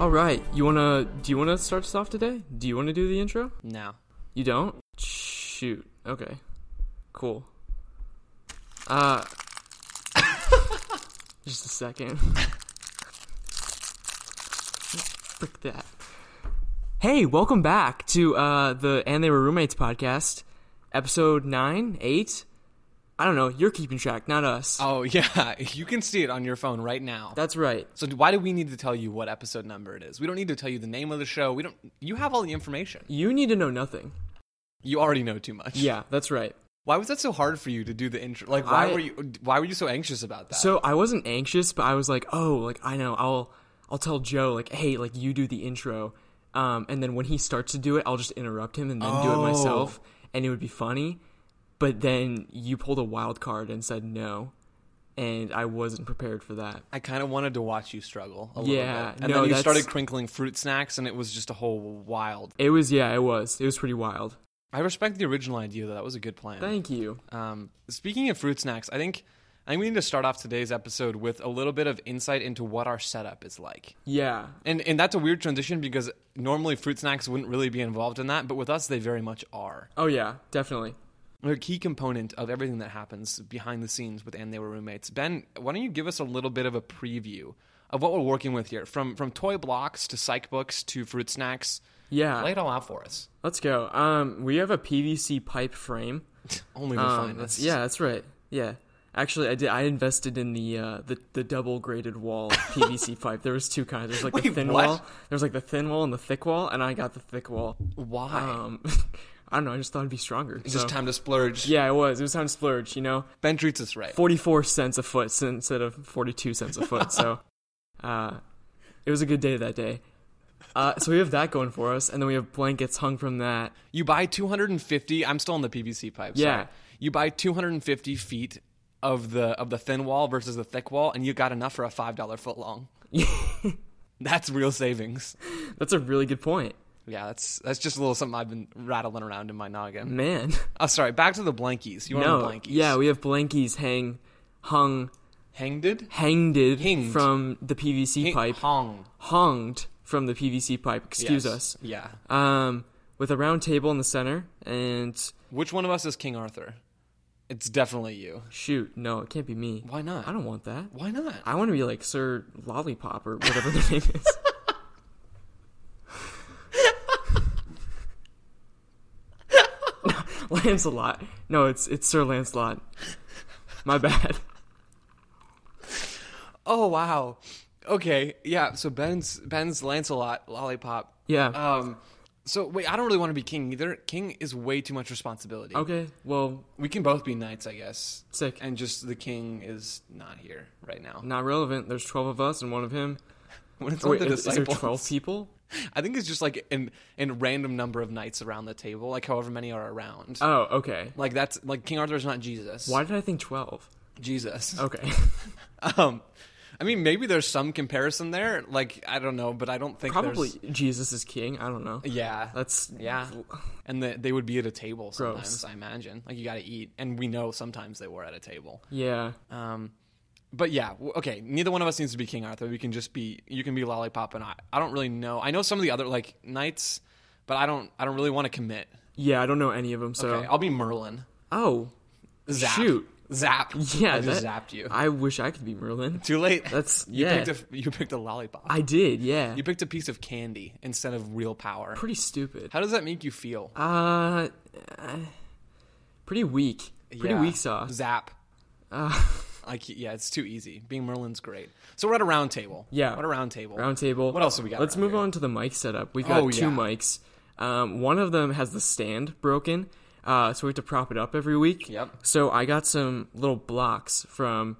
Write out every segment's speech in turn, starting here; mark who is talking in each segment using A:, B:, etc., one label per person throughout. A: All right, you wanna? Do you wanna start us off today? Do you wanna do the intro?
B: No.
A: You don't? Shoot. Okay. Cool. Uh. just a second. Frick that. Hey, welcome back to uh, the And They Were Roommates podcast, episode 9, 8. I don't know. You're keeping track, not us.
B: Oh yeah, you can see it on your phone right now.
A: That's right.
B: So why do we need to tell you what episode number it is? We don't need to tell you the name of the show. We don't. You have all the information.
A: You need to know nothing.
B: You already know too much.
A: Yeah, that's right.
B: Why was that so hard for you to do the intro? Like why
A: I-
B: were you why were you so anxious about that?
A: So I wasn't anxious, but I was like, oh, like I know, I'll I'll tell Joe like, hey, like you do the intro, um, and then when he starts to do it, I'll just interrupt him and then do it
B: Oh.
A: myself, and it would be funny. But then you pulled a wild card and said no, and I wasn't prepared for that.
B: I kind of wanted to watch you struggle a
A: Yeah,
B: little bit. And
A: no,
B: then you
A: that's-
B: started crinkling fruit snacks and it was just a whole wild.
A: It was yeah, it was it was pretty wild.
B: I respect the original idea though. That was a good plan.
A: Thank you.
B: Um, speaking of fruit snacks, I think I think we need to start off today's episode with a little bit of insight into what our setup is like.
A: Yeah,
B: And and that's a weird transition because normally fruit snacks wouldn't really be involved in that, but with us they very much are.
A: oh yeah, definitely.
B: They're a key component of everything that happens behind the scenes with and they were roommates. Ben, why don't you give us a little bit of a preview of what we're working with here? From from toy blocks to psych books to fruit snacks.
A: Yeah,
B: Lay it all out for us.
A: let's go. Um, we have a PVC pipe frame.
B: Only the
A: Um,
B: finest.
A: that's- yeah, that's right. Yeah, actually, I did. I invested in the uh, the the double graded wall PVC pipe. There was two kinds. There's like the
B: Wait,
A: thin
B: what?
A: wall. There's like the thin wall and the thick wall, and I got the thick wall.
B: Why?
A: Um, I don't know. I just thought it'd be stronger.
B: it's
A: so-
B: just time to splurge.
A: Yeah, it was. It was time to splurge. You know,
B: Ben treats us right.
A: forty four cents a foot s- instead of forty two cents a foot. so, uh, it was a good day that day. Uh, so we have that going for us, and then we have blankets hung from that.
B: You buy 250. I'm still on the PVC pipe.
A: Yeah.
B: sorry. You buy 250 feet of the of the thin wall versus the thick wall, and you got enough for a five dollar foot long. that's real savings.
A: That's a really good point,
B: Yeah, that's that's just a little something I've been rattling around in my noggin.
A: man.
B: Oh, sorry. Back to the blankies. You want the blankies?
A: Yeah, we have blankies hang, hung,
B: Hanged.
A: hanged
B: Hinged.
A: from the PVC pipe,
B: Hong.
A: honged from the PVC pipe. Excuse
B: Yes.
A: us.
B: Yeah.
A: Um, with a round table in the center, and
B: Which one of us is King Arthur? It's definitely you.
A: shoot, no, it can't be me.
B: Why not?
A: I don't want that.
B: Why not?
A: I want to be like Sir Lollipop or whatever the name is. Lancelot. No, it's it's Sir Lancelot. My bad.
B: Oh wow. Okay. Yeah. So Ben's Ben's Lancelot lollipop.
A: Yeah.
B: Um. So wait, I don't really want to be king either. King is way too much responsibility.
A: Okay. Well,
B: We can both be knights, I guess.
A: Sick.
B: And just the king is not here right now.
A: Not relevant. There's 12 of us and one of him.
B: When it's
A: Oh,
B: with
A: wait,
B: the
A: is, is there
B: disciples,
A: 12 people?
B: I think it's just like an an random number of knights around the table, like however many are around.
A: Oh, okay.
B: like that's like King Arthur's not Jesus.
A: Why Oh. did I think 12?
B: Jesus?
A: Okay.
B: Um. I mean, maybe there's some comparison there. Like I don't know, but I don't think
A: Probably
B: There's,
A: Jesus is king. I don't know.
B: yeah.
A: That's
B: Yeah. And the, they would be at a table sometimes,
A: Gross.
B: I imagine. Like, you got to eat. And we know sometimes they were at a table.
A: Yeah.
B: Um, but yeah, w- okay. Neither one of us needs to be King Arthur. We can just be, you can be Lollipop. And I, I don't really know. I know some of the other, like, knights, but I don't, I don't really want to commit.
A: Yeah, I don't know any of them. So
B: Okay. I'll be Merlin.
A: Oh,
B: Zap.
A: Shoot.
B: Zap.
A: yeah.
B: I just
A: that-
B: zapped you.
A: I wish I could be Merlin.
B: Too late.
A: That's
B: you
A: yeah.
B: Picked a, you picked a lollipop.
A: I did. Yeah.
B: you picked a piece of candy instead of real power.
A: Pretty stupid.
B: How does that make you feel?
A: Uh, uh, pretty weak. Pretty
B: Yeah.
A: weak sauce.
B: Zap.
A: Uh,
B: Like yeah, it's too easy. Being Merlin's great. So we're at a round table.
A: Yeah.
B: We're at a round table.
A: round table.
B: What else have we got
A: Let's
B: around
A: move
B: here?
A: on to the mic setup. We've got
B: Oh,
A: two
B: yeah.
A: mics. Um, one of them has the stand broken, uh, so we have to prop it up every week.
B: Yep.
A: So I got some little blocks from.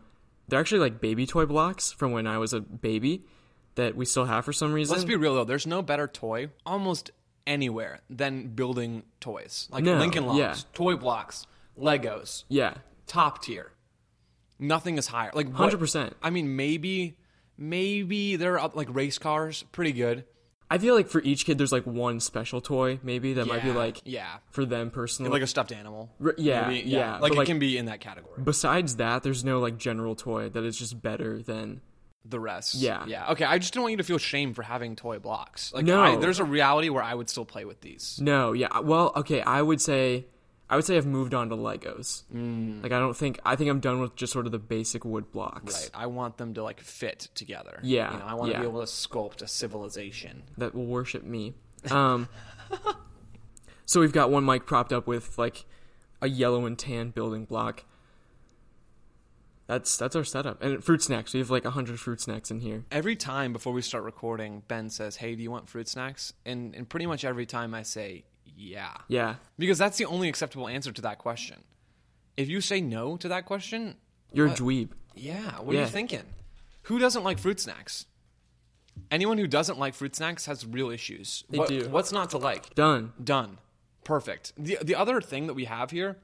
A: They're actually like baby toy blocks from when I was a baby that we still have for some reason.
B: Let's be real though. There's no better toy almost anywhere than building toys. Like
A: No,
B: Lincoln Logs,
A: yeah.
B: toy blocks, Legos,
A: yeah,
B: top tier. Nothing is higher. Like what-
A: hundred percent.
B: I mean, maybe, maybe they're up like race cars. Pretty good.
A: I feel like for each kid, there's like one special toy maybe that might be
B: Yeah,
A: like
B: yeah,
A: for them personally.
B: like a stuffed animal.
A: R- yeah,
B: Maybe,
A: yeah,
B: Like
A: but,
B: it
A: like-
B: can be in that category.
A: Besides that, there's no like general toy that is just better than
B: the rest.
A: Yeah.
B: Yeah. Okay. I just don't want you to feel shame for having toy blocks. Like,
A: No.
B: I, there's a reality where I would still play with these.
A: No, yeah. Well, okay, I would say I would say I've moved on to Legos. Mm. Like I don't think I think I'm done with just sort of the basic wood blocks.
B: Right. I want them to like fit together.
A: Yeah,
B: You know, I want
A: yeah.
B: to be able to sculpt a civilization.
A: that will worship me. Um, so we've got one mic propped up with like a yellow and tan building block. That's that's our setup. And fruit snacks. We have like hundred fruit snacks in here.
B: Every time before we start recording, Ben says, "Hey, do you want fruit snacks?" And and pretty much every time I say, "Yeah,"
A: Yeah,
B: because that's the only acceptable answer to that question. If you say no to that question,
A: you're
B: What?
A: a dweeb.
B: yeah, what are
A: Yeah.
B: you thinking? Who doesn't like fruit snacks? Anyone who doesn't like fruit snacks has real issues. They
A: do.
B: What's not to like?
A: Done.
B: Done. Perfect. The the other thing that we have here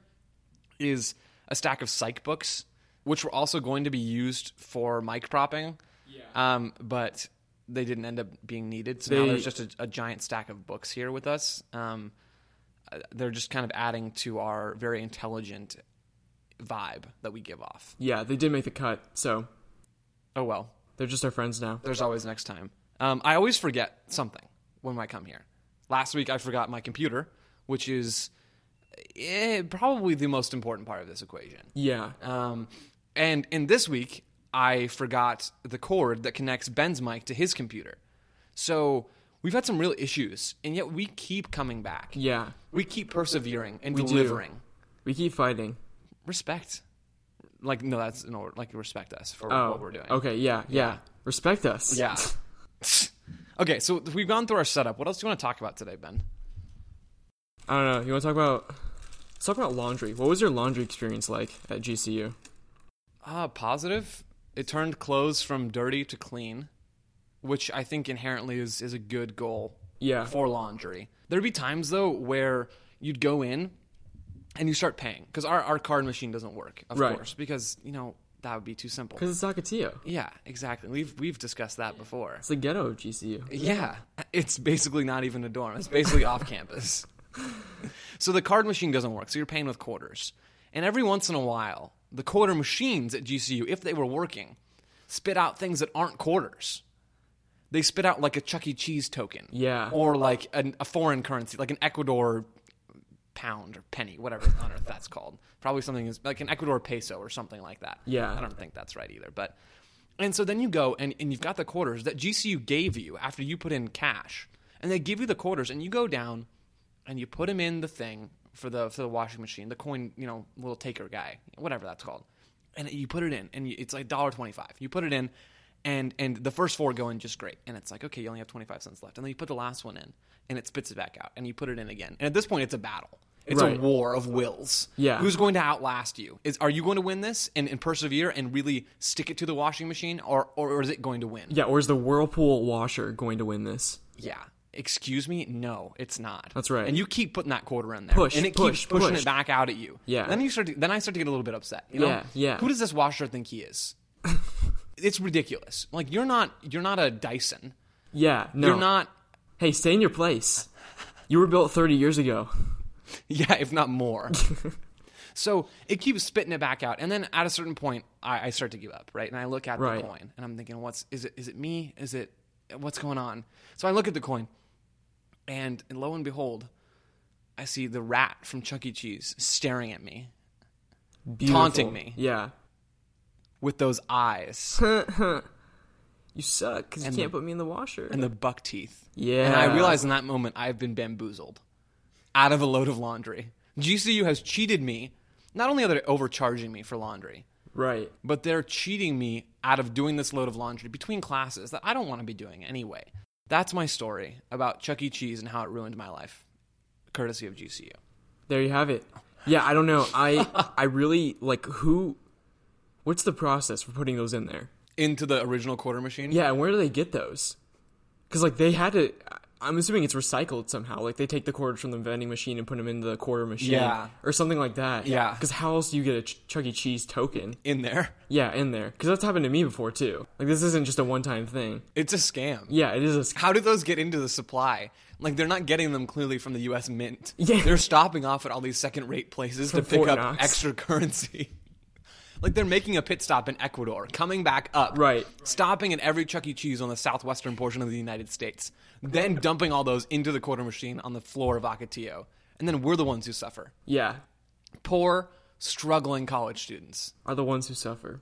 B: is a stack of psych books, which were also going to be used for mic propping. Yeah. Um, but they didn't end up being needed. So now
A: They-
B: there's just a, a giant stack of books here with us. Um, uh, they're just kind of adding to our very intelligent vibe that we give off.
A: Yeah, they did make the cut, so
B: Oh well.
A: they're just our friends now.
B: There's always next time. Um, I always forget something when I come here. Last week I forgot my computer, which is eh, probably the most important part of this equation.
A: Yeah,
B: Um, and in this week I forgot the cord that connects Ben's mic to his computer. So we've had some real issues, and yet we keep coming back.
A: yeah.
B: We keep persevering and
A: do.
B: delivering.
A: We keep fighting.
B: Respect. Like no, that's an order. Like respect us for
A: Oh,
B: what we're doing.
A: Okay, yeah, yeah. Respect us.
B: Yeah. okay, so we've gone through our setup. What else do you want to talk about today, Ben?
A: I don't know. You want to talk about? Let's talk about laundry. What was your laundry experience like at GCU?
B: Uh, positive. It turned clothes from dirty to clean, which I think inherently is, is a good goal
A: Yeah.
B: for laundry. There'd be times, though, where you'd go in and you start paying because our, our card machine doesn't work, of
A: Right.
B: course, because, you know, that would be too simple.
A: Because it's Zacatio.
B: Yeah, exactly. We've, we've discussed that before.
A: It's the ghetto of GCU.
B: Yeah, it's basically not even a dorm. It's basically off campus. So the card machine doesn't work. So you're paying with quarters. And every once in a while, the quarter machines at GCU, if they were working, spit out things that aren't quarters. They spit out like a Chuck E. Cheese token.
A: Yeah.
B: Or like an, a foreign currency, like an Ecuador pound or penny, whatever on earth that's called. Probably something is like an Ecuador peso or something like that.
A: Yeah.
B: I don't think that's right either. But and so then you go and, and you've got the quarters that GCU gave you after you put in cash. And they give you the quarters and you go down and you put them in the thing for the for the washing machine, the coin, you know, little taker guy, whatever that's called. And you put it in and you, it's like $1.25. You put it in and and the first four go in just great. And it's like, okay, you only have 25 cents left. And then you put the last one in and it spits it back out and you put it in again. And at this point it's a battle. It's
A: Right.
B: a war of wills.
A: Yeah.
B: Who's going to outlast you? Is are you going to win this and, and persevere and really stick it to the washing machine or, or, or is it going to win?
A: Yeah, or is the Whirlpool washer going to win this?
B: Yeah. Excuse me? No, it's not.
A: That's right.
B: And you keep putting that quarter in there.
A: Push,
B: And it
A: push,
B: keeps pushing
A: push.
B: it back out at you.
A: Yeah.
B: Then you start to, then I start to get a little bit upset. You know?
A: Yeah, yeah.
B: Who does this washer think he is? it's ridiculous. Like you're not you're not a Dyson.
A: Yeah, no.
B: You're not
A: Hey, stay in your place. You were built 30 years ago.
B: Yeah, if not more. so it keeps spitting it back out, and then at a certain point, I, I start to give up, right? And I look at
A: Right.
B: the coin, and I'm thinking, what's is it? Is it me? Is it what's going on? So I look at the coin, and, and lo and behold, I see the rat from Chuck E. Cheese staring at me
A: Beautiful.
B: Taunting me.
A: Yeah.
B: with those eyes
A: You suck because you can't put me in the washer.
B: and the buck teeth.
A: yeah.
B: And I realize in that moment I've been bamboozled out of a load of laundry. GCU has cheated me. Not only are they overcharging me for laundry,
A: Right.
B: but they're cheating me out of doing this load of laundry between classes that I don't want to be doing anyway. That's my story about Chuck E. Cheese and how it ruined my life, courtesy of GCU.
A: There you have it. Yeah, I don't know. I I really like who. What's the process for putting those in there?
B: Into the original quarter machine?
A: Yeah, and where do they get those? Because like they had to. I'm assuming it's recycled somehow. Like they take the quarters from the vending machine and put them into the quarter machine,
B: Yeah.
A: or something like that.
B: Yeah.
A: Because how else do you get a Ch- Chuck E. Cheese token?
B: In there.
A: Yeah, in there. Because that's happened to me before too. Like this isn't just a one-time thing.
B: It's a scam.
A: Yeah, it is. A, sc-
B: How did those get into the supply? Like, they're not getting them clearly from the U.S. Mint.
A: Yeah.
B: They're stopping off at all these second rate places to
A: From
B: pick
A: Fort
B: up
A: Knox.
B: extra currency. Like they're making a pit stop in Ecuador, coming back up,
A: Right.
B: Stopping at every Chuck E. Cheese on the southwestern portion of the United States, then dumping all those into the quarter machine on the floor of Acatillo, and then we're the ones who suffer.
A: Yeah,
B: Poor, struggling college students.
A: are the ones who suffer.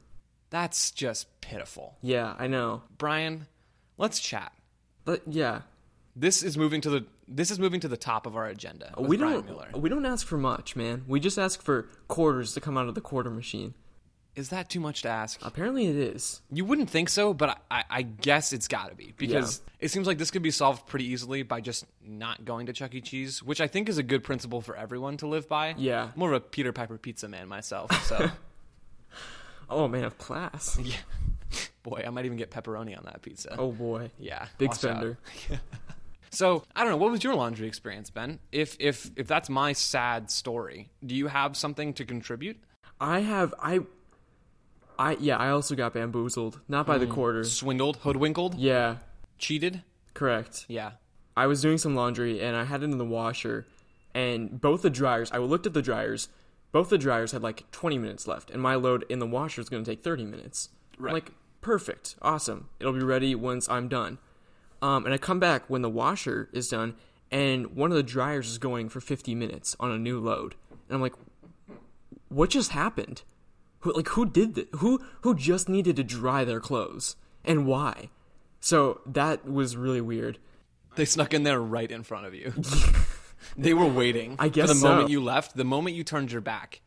B: That's just pitiful.
A: Yeah, I know.
B: Brian, let's chat.
A: But yeah,
B: This is moving to the this is moving to the top of our agenda. with
A: we
B: Brian
A: don't
B: Mueller.
A: we don't ask for much, man. We just ask for quarters to come out of the quarter machine.
B: Is that too much to ask?
A: Apparently, it is.
B: You wouldn't think so, but I- I, I guess it's got to be because it seems like this could be solved pretty easily by just not going to Chuck E. Cheese, which I think is a good principle for everyone to live by.
A: Yeah.
B: more of a Peter Piper pizza man myself, so
A: Oh man, of class.
B: yeah. Boy, I might even get pepperoni on that pizza.
A: Oh boy.
B: yeah,
A: Big
B: watch out.
A: spender.
B: So I don't know. What was your laundry experience, Ben? If if if that's my sad story, do you have something to contribute?
A: I have I I yeah, I also got bamboozled. Not by the quarter.
B: Swindled, hoodwinkled,
A: Yeah,
B: cheated?
A: correct.
B: Yeah.
A: I was doing some laundry and I had it in the washer and both the dryers I looked at the dryers, both the dryers had like twenty minutes left, and my load in the washer is gonna take thirty minutes. I'm
B: Right.
A: Like, perfect, awesome. It'll be ready once I'm done. Um, and I come back when the washer is done and one of the dryers is going for fifty minutes on a new load. And I'm like, what just happened? Who, like who did this? Who who just needed to dry their clothes and why? So that was really weird.
B: They snuck in there right in front of you. they were waiting.
A: I guess
B: for the
A: so.
B: moment you left, the moment you turned your back,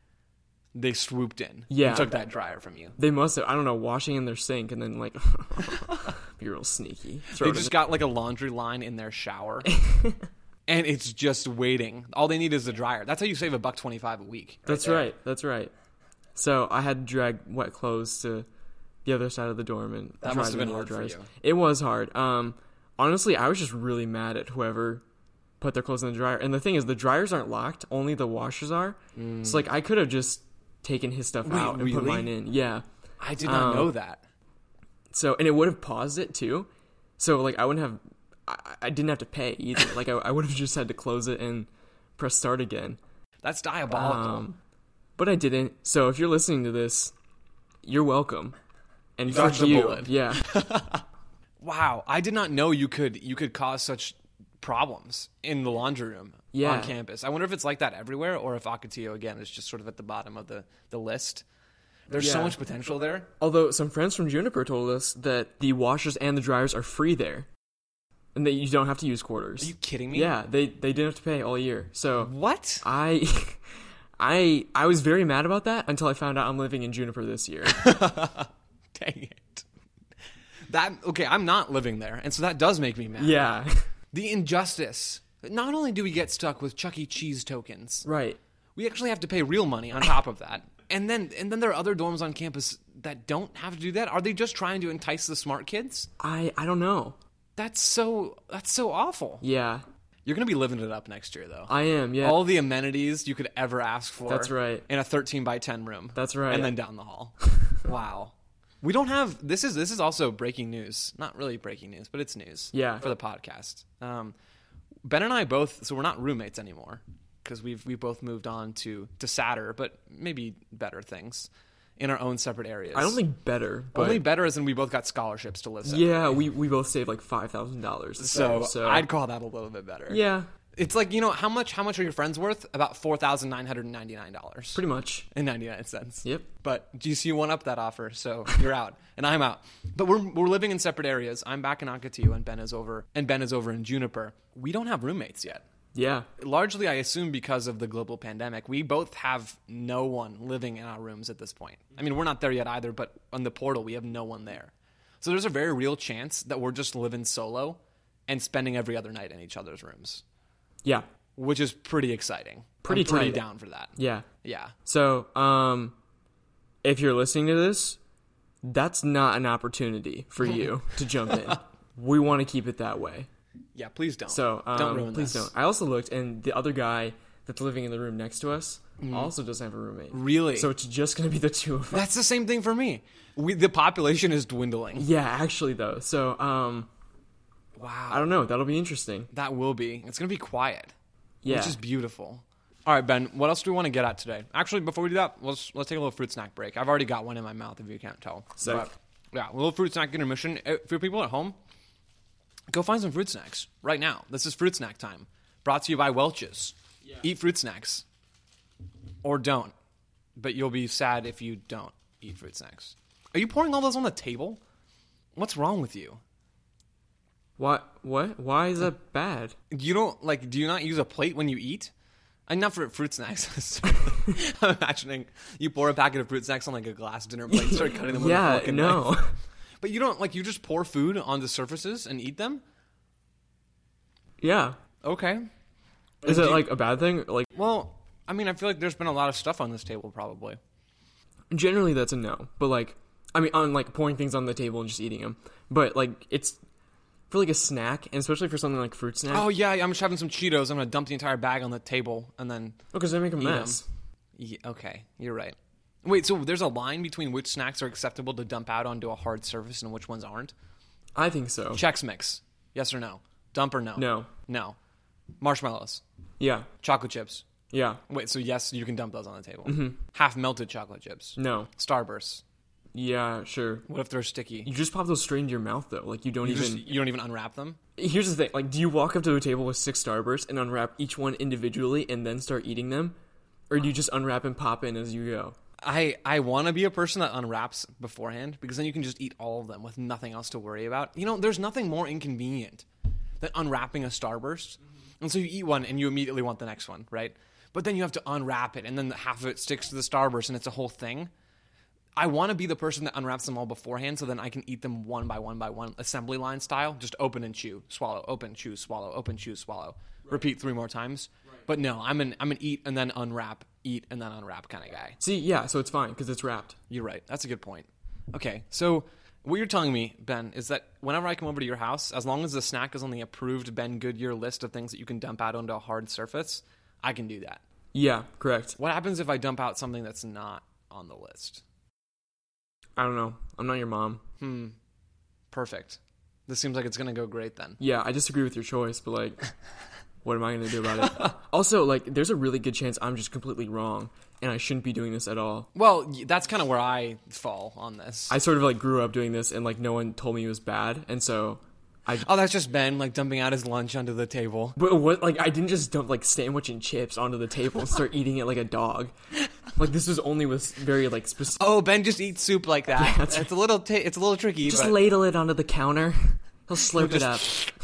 B: they swooped in. and
A: Yeah.
B: took that dryer from you.
A: They must have I don't know washing in their sink and then like be real sneaky. Throw
B: They
A: it in
B: just got like a laundry line in their shower. and it's just waiting. All they need is the dryer. That's how you save a buck 25 a week.
A: the- that's right. That's right. So I had to drag wet clothes to the other side of the dorm and that
B: must have been hard for you.
A: It was hard. Um, honestly, I was just really mad at whoever put their clothes in the dryer. And the thing is, the dryers aren't locked; only the washers are. So like, I could have just taken his stuff out and put
B: Mm. really?
A: mine in. Yeah.
B: I did
A: Oh.
B: not know that.
A: So and it would have paused it too. So like I wouldn't have, I, I didn't have to pay either. like I, I would have just had to close it and press start again.
B: That's diabolical.
A: Um, but I didn't. So if you're listening to this, you're welcome. And fuck
B: dodged a
A: you.
B: bullet.
A: Yeah.
B: wow, I did not know you could you could cause such problems in the laundry room
A: Yeah.
B: on campus. I wonder if it's like that everywhere or if Akatio again is just sort of at the bottom of the the list. There's so
A: Yeah.
B: much potential there.
A: Although some friends from Juniper told us that the washers and the dryers are free there, and that you don't have to use quarters.
B: Are you kidding me?
A: yeah, they they didn't have to pay all year. So
B: What?
A: I. I I was very mad about that until I found out I'm living in Juniper this year.
B: Dang it. That okay, I'm not living there, and so that does make me mad.
A: yeah.
B: The injustice. Not only do we get stuck with Chuck E. Cheese tokens,
A: Right.
B: we actually have to pay real money on top of that. And then and then there are other dorms on campus that don't have to do that. Are they just trying to entice the smart kids?
A: I I don't know.
B: That's so that's so awful.
A: Yeah,
B: You're gonna be living it up next year though.
A: I am. Yeah,
B: All the amenities you could ever ask for.
A: That's right.
B: In a 13 by 10 room.
A: That's right.
B: And then down the hall. wow. We don't have this is this is also breaking news. Not really breaking news, but it's news.
A: Yeah.
B: For the podcast. Um, ben and I both so we're not roommates anymore because we've we both moved on to to sadder but maybe better things in our own separate areas.
A: I don't think better, but
B: only better is in we both got scholarships to listen.
A: yeah, we we both saved like five thousand dollars.
B: So,
A: so
B: I'd call that a little bit better.
A: yeah,
B: It's like you know how much how much are your friends worth? About four thousand nine hundred ninety nine dollars
A: pretty much.
B: and ninety nine cents.
A: Yep.
B: But GCU won up that offer, so you're out and I'm out. But we're we're living in separate areas. I'm back in Akatio and Ben is over and Ben is over in Juniper. We don't have roommates yet.
A: Yeah,
B: Largely, I assume because of the global pandemic, we both have no one living in our rooms at this point. I mean, we're not there yet either, but on the portal, we have no one there. So there's a very real chance that we're just living solo and spending every other night in each other's rooms
A: yeah,
B: which is pretty exciting.
A: Pretty
B: I'm pretty
A: tight.
B: down for that.
A: yeah.
B: Yeah.
A: So um, if you're listening to this, that's not an opportunity for you to jump in. We want to keep it that way.
B: Yeah, please don't.
A: So um,
B: don't ruin
A: please
B: this.
A: don't. I also looked, and the other guy that's living in the room next to us also doesn't have a roommate.
B: Mm-hmm. Really?
A: So it's just gonna be the two of us.
B: That's the same thing for me. We the population is dwindling.
A: Yeah, actually though. So um,
B: Wow.
A: I don't know. That'll be interesting.
B: That will be. It's going to be quiet,
A: Yeah.
B: which is beautiful. All right, Ben. What else do we want to get at today? Actually, before we do that, let's let's take a little fruit snack break. I've already got one in my mouth. If you can't tell,
A: Sick.
B: yeah, a little fruit snack intermission Uh, for people at home. Go find some fruit snacks right now. This is fruit snack time. Brought to you by Welch's. Eat fruit snacks, or don't. But you'll be sad if you don't eat fruit snacks. Are you pouring all those on the table? What's wrong with you?
A: What? What? Why is that bad?
B: You don't like? Do you not use a plate when you eat? And not for fruit snacks. I'm imagining you pour a packet of fruit snacks on like a glass dinner plate, and start cutting them. with a
A: Yeah,
B: fork and
A: no.
B: knife. But you don't like you just pour food on the surfaces and eat them.
A: yeah.
B: Okay.
A: Is it like a bad thing? Like
B: Well, I mean, I feel like there's been a lot of stuff on this table, probably.
A: generally that's a no. But like, I mean, on like pouring things on the table and just eating them. But like, it's for like a snack, and especially for something like fruit snack.
B: Oh yeah, I'm just having some Cheetos. I'm gonna dump the entire bag on the table and then.
A: because they make a mess.
B: Yeah, okay, you're right. Wait, so there's a line between which snacks are acceptable to dump out onto a hard surface and which ones aren't?
A: I think so.
B: Chex Mix. Yes or no? Dump or no?
A: No.
B: No. Marshmallows.
A: Yeah.
B: Chocolate chips.
A: Yeah.
B: Wait, so yes, you can dump those on the table.
A: Mm-hmm.
B: Half melted chocolate chips.
A: No.
B: Starbursts.
A: Yeah. Sure.
B: What if they're sticky?
A: You just pop those straight into your mouth though. Like you don't
B: You,
A: even.
B: just, you don't even unwrap them?
A: Here's the thing. Like, do you walk up to a table with six Starbursts and unwrap each one individually and then start eating them, or do you just unwrap and pop in as you go?
B: I, I want to be a person that unwraps beforehand because then you can just eat all of them with nothing else to worry about. You know, there's nothing more inconvenient than unwrapping a starburst. And so you eat one and you immediately want the next one, right? But then you have to unwrap it and then half of it sticks to the starburst and it's a whole thing. I want to be the person that unwraps them all beforehand so then I can eat them one by one by one, assembly line style. Just open and chew, swallow, open, chew, swallow, open, chew, swallow. Repeat three more times. But no, I'm an I'm an eat and then unwrap, eat and then unwrap kind of guy.
A: See, yeah, so it's fine because it's wrapped.
B: You're right. That's a good point. Okay, so what you're telling me, Ben, is that whenever I come over to your house, as long as the snack is on the approved Ben Goodyear list of things that you can dump out onto a hard surface, I can do that.
A: Yeah, correct.
B: What happens if I dump out something that's not on the list?
A: I don't know. I'm not your mom.
B: Hmm. Perfect. This seems like it's going to go great then.
A: Yeah, I disagree with your choice, but like, what am I gonna do about it? also, like, there's a really good chance I'm just completely wrong and I shouldn't be doing this at all.
B: Well, y- that's kind of where I fall on this.
A: I sort of like grew up doing this and like no one told me it was bad, and so I.
B: oh, that's just Ben like dumping out his lunch onto the table.
A: But what? Like, I didn't just dump like sandwich and chips onto the table and start eating it like a dog. Like this was only with very like specific.
B: Oh, Ben just eats soup like that.
A: that's
B: it's a little t- it's a little tricky.
A: Just
B: but-
A: ladle it onto the counter. He'll slurp it
B: just-
A: up.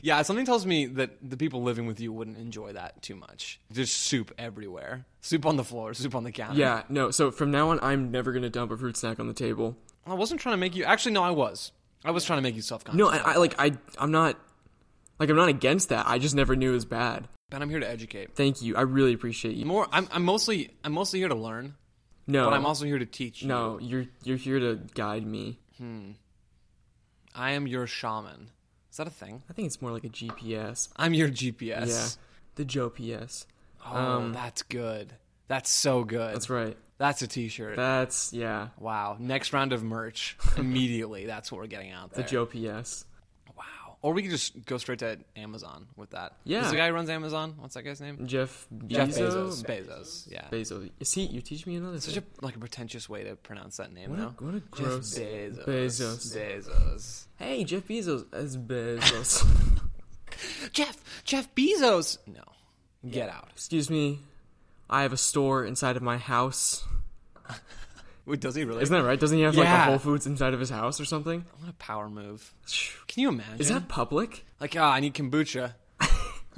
B: Yeah, something tells me that the people living with you wouldn't enjoy that too much. There's soup everywhere. Soup on the floor, soup on the counter.
A: Yeah, no. So from now on, I'm never gonna dump a fruit snack on the table.
B: I wasn't trying to make you. Actually, no, I was. I was trying to make you self conscious.
A: No, I, I like I I'm not like I'm not against that. I just never knew it was bad.
B: But I'm here to educate.
A: Thank you. I really appreciate you.
B: More, I'm, I'm mostly I'm mostly here to learn,
A: No,
B: but I'm also here to teach. you.
A: no. You're you're here to guide me.
B: I am your shaman. Is that a thing?
A: I think it's more like a GPS.
B: I'm your GPS.
A: Yeah, the Joe PS.
B: Oh, that's good. That's so good.
A: Um, That's right.
B: That's a T-shirt.
A: That's yeah.
B: wow. Next round of merch immediately. that's what we're getting out there.
A: The Joe PS.
B: Wow. Or we could just go straight to Amazon with that.
A: Yeah.
B: Is the guy who runs Amazon? What's that guy's name?
A: Jeff
B: Jeff
A: Bezos.
B: Bezos. Bezos. Yeah.
A: Bezos. See, you teach me another
B: Such
A: thing.
B: a like a pretentious way to pronounce that name
A: What a,
B: now.
A: what a
B: Jeff
A: gross.
B: Bezos.
A: Bezos.
B: Bezos.
A: Hey, Jeff Bezos. It's Bezos.
B: Jeff. Jeff Bezos. No. Get out.
A: Excuse me. I have a store inside of my house.
B: Wait, does he really?
A: Isn't that right? Doesn't he have like
B: Yeah.
A: a Whole Foods inside of his house or something?
B: what a power move. Can you imagine?
A: Is that public?
B: like ah? I need kombucha.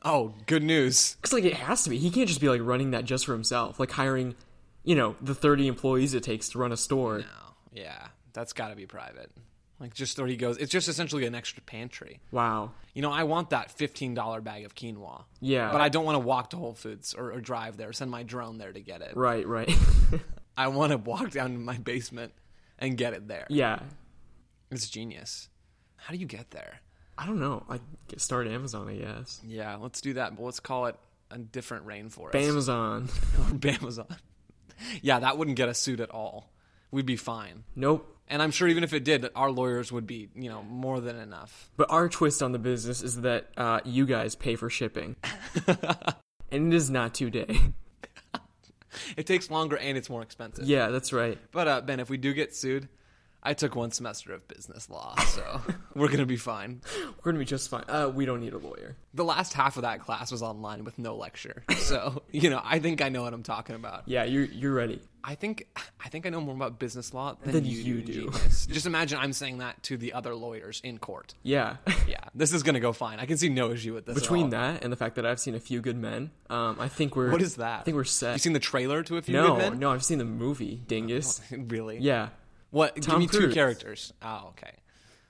B: oh, good news.
A: Because like it has to be. He can't just be like running that just for himself. Like hiring, you know, the thirty employees it takes to run a store.
B: No. Yeah, that's got to be private. Like just where he goes. It's just essentially an extra pantry.
A: Wow.
B: You know, I want that fifteen dollar bag of quinoa.
A: Yeah.
B: But I don't want to walk to Whole Foods or, or drive there, send my drone there to get it.
A: Right. Right.
B: I want to walk down to my basement and get it there.
A: yeah.
B: It's genius. How do you get there?
A: I don't know. I get- start Amazon, I guess.
B: Yeah, let's do that, but let's call it a different rainforest.
A: Amazon.
B: Bamazon. yeah, that wouldn't get us sued at all. We'd be fine.
A: Nope.
B: And I'm sure even if it did, our lawyers would be, you know, more than enough.
A: But our twist on the business is that uh, you guys pay for shipping. and it is not two day.
B: It takes longer and it's more expensive.
A: yeah, that's right.
B: But uh, Ben, if we do get sued, I took one semester of business law, so we're gonna be fine.
A: We're going to be just fine. Uh, we don't need a lawyer.
B: The last half of that class was online with no lecture, so you know I think I know what I'm talking about.
A: Yeah, you're, you're ready.
B: I think I think I know more about business law than,
A: Than
B: you,
A: you
B: do.
A: do.
B: genius. Just imagine I'm saying that to the other lawyers in court.
A: Yeah.
B: Yeah, this is gonna go fine. I can see no issue with this. at all.
A: Between that and the fact that I've seen a few good men, um, I think we're.
B: what is that?
A: I think we're set.
B: You seen the trailer to a few
A: no,
B: good men? Oh,
A: no, I've seen the movie, Dingus.
B: really?
A: Yeah.
B: What?
A: Tom
B: give me two
A: Cruise.
B: characters. Oh, okay.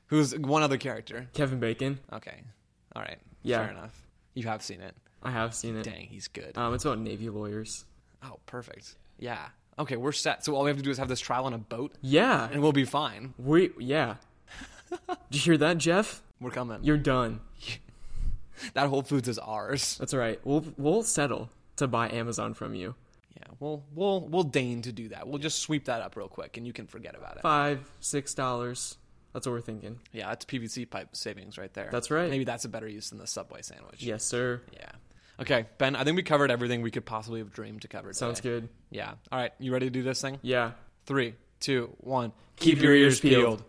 B: Who's one other character?
A: Kevin Bacon.
B: Okay. All right.
A: Yeah.
B: Fair enough. You have seen it.
A: I have seen it.
B: Dang, he's good.
A: Um, it's about Navy lawyers.
B: oh, perfect. Yeah. Okay, we're set. So all we have to do is have this trial on a boat,
A: Yeah.
B: and we'll be fine.
A: We, yeah. Did you hear that, Jeff?
B: We're coming.
A: You're done.
B: that Whole Foods is ours.
A: That's all right. We'll we'll settle to buy Amazon from you.
B: Yeah. We'll we'll we'll deign to do that. We'll just sweep that up real quick, and you can forget about it.
A: Five, six dollars. That's what we're thinking.
B: Yeah, that's PVC pipe savings right there.
A: That's right.
B: Maybe that's a better use than the Subway sandwich.
A: Yes, sir.
B: Yeah. Okay, Ben. I think we covered everything we could possibly have dreamed to cover.
A: Sounds
B: today.
A: good.
B: Yeah. All right. You ready to do this thing?
A: Yeah.
B: Three, two, one.
A: Keep your ears peeled.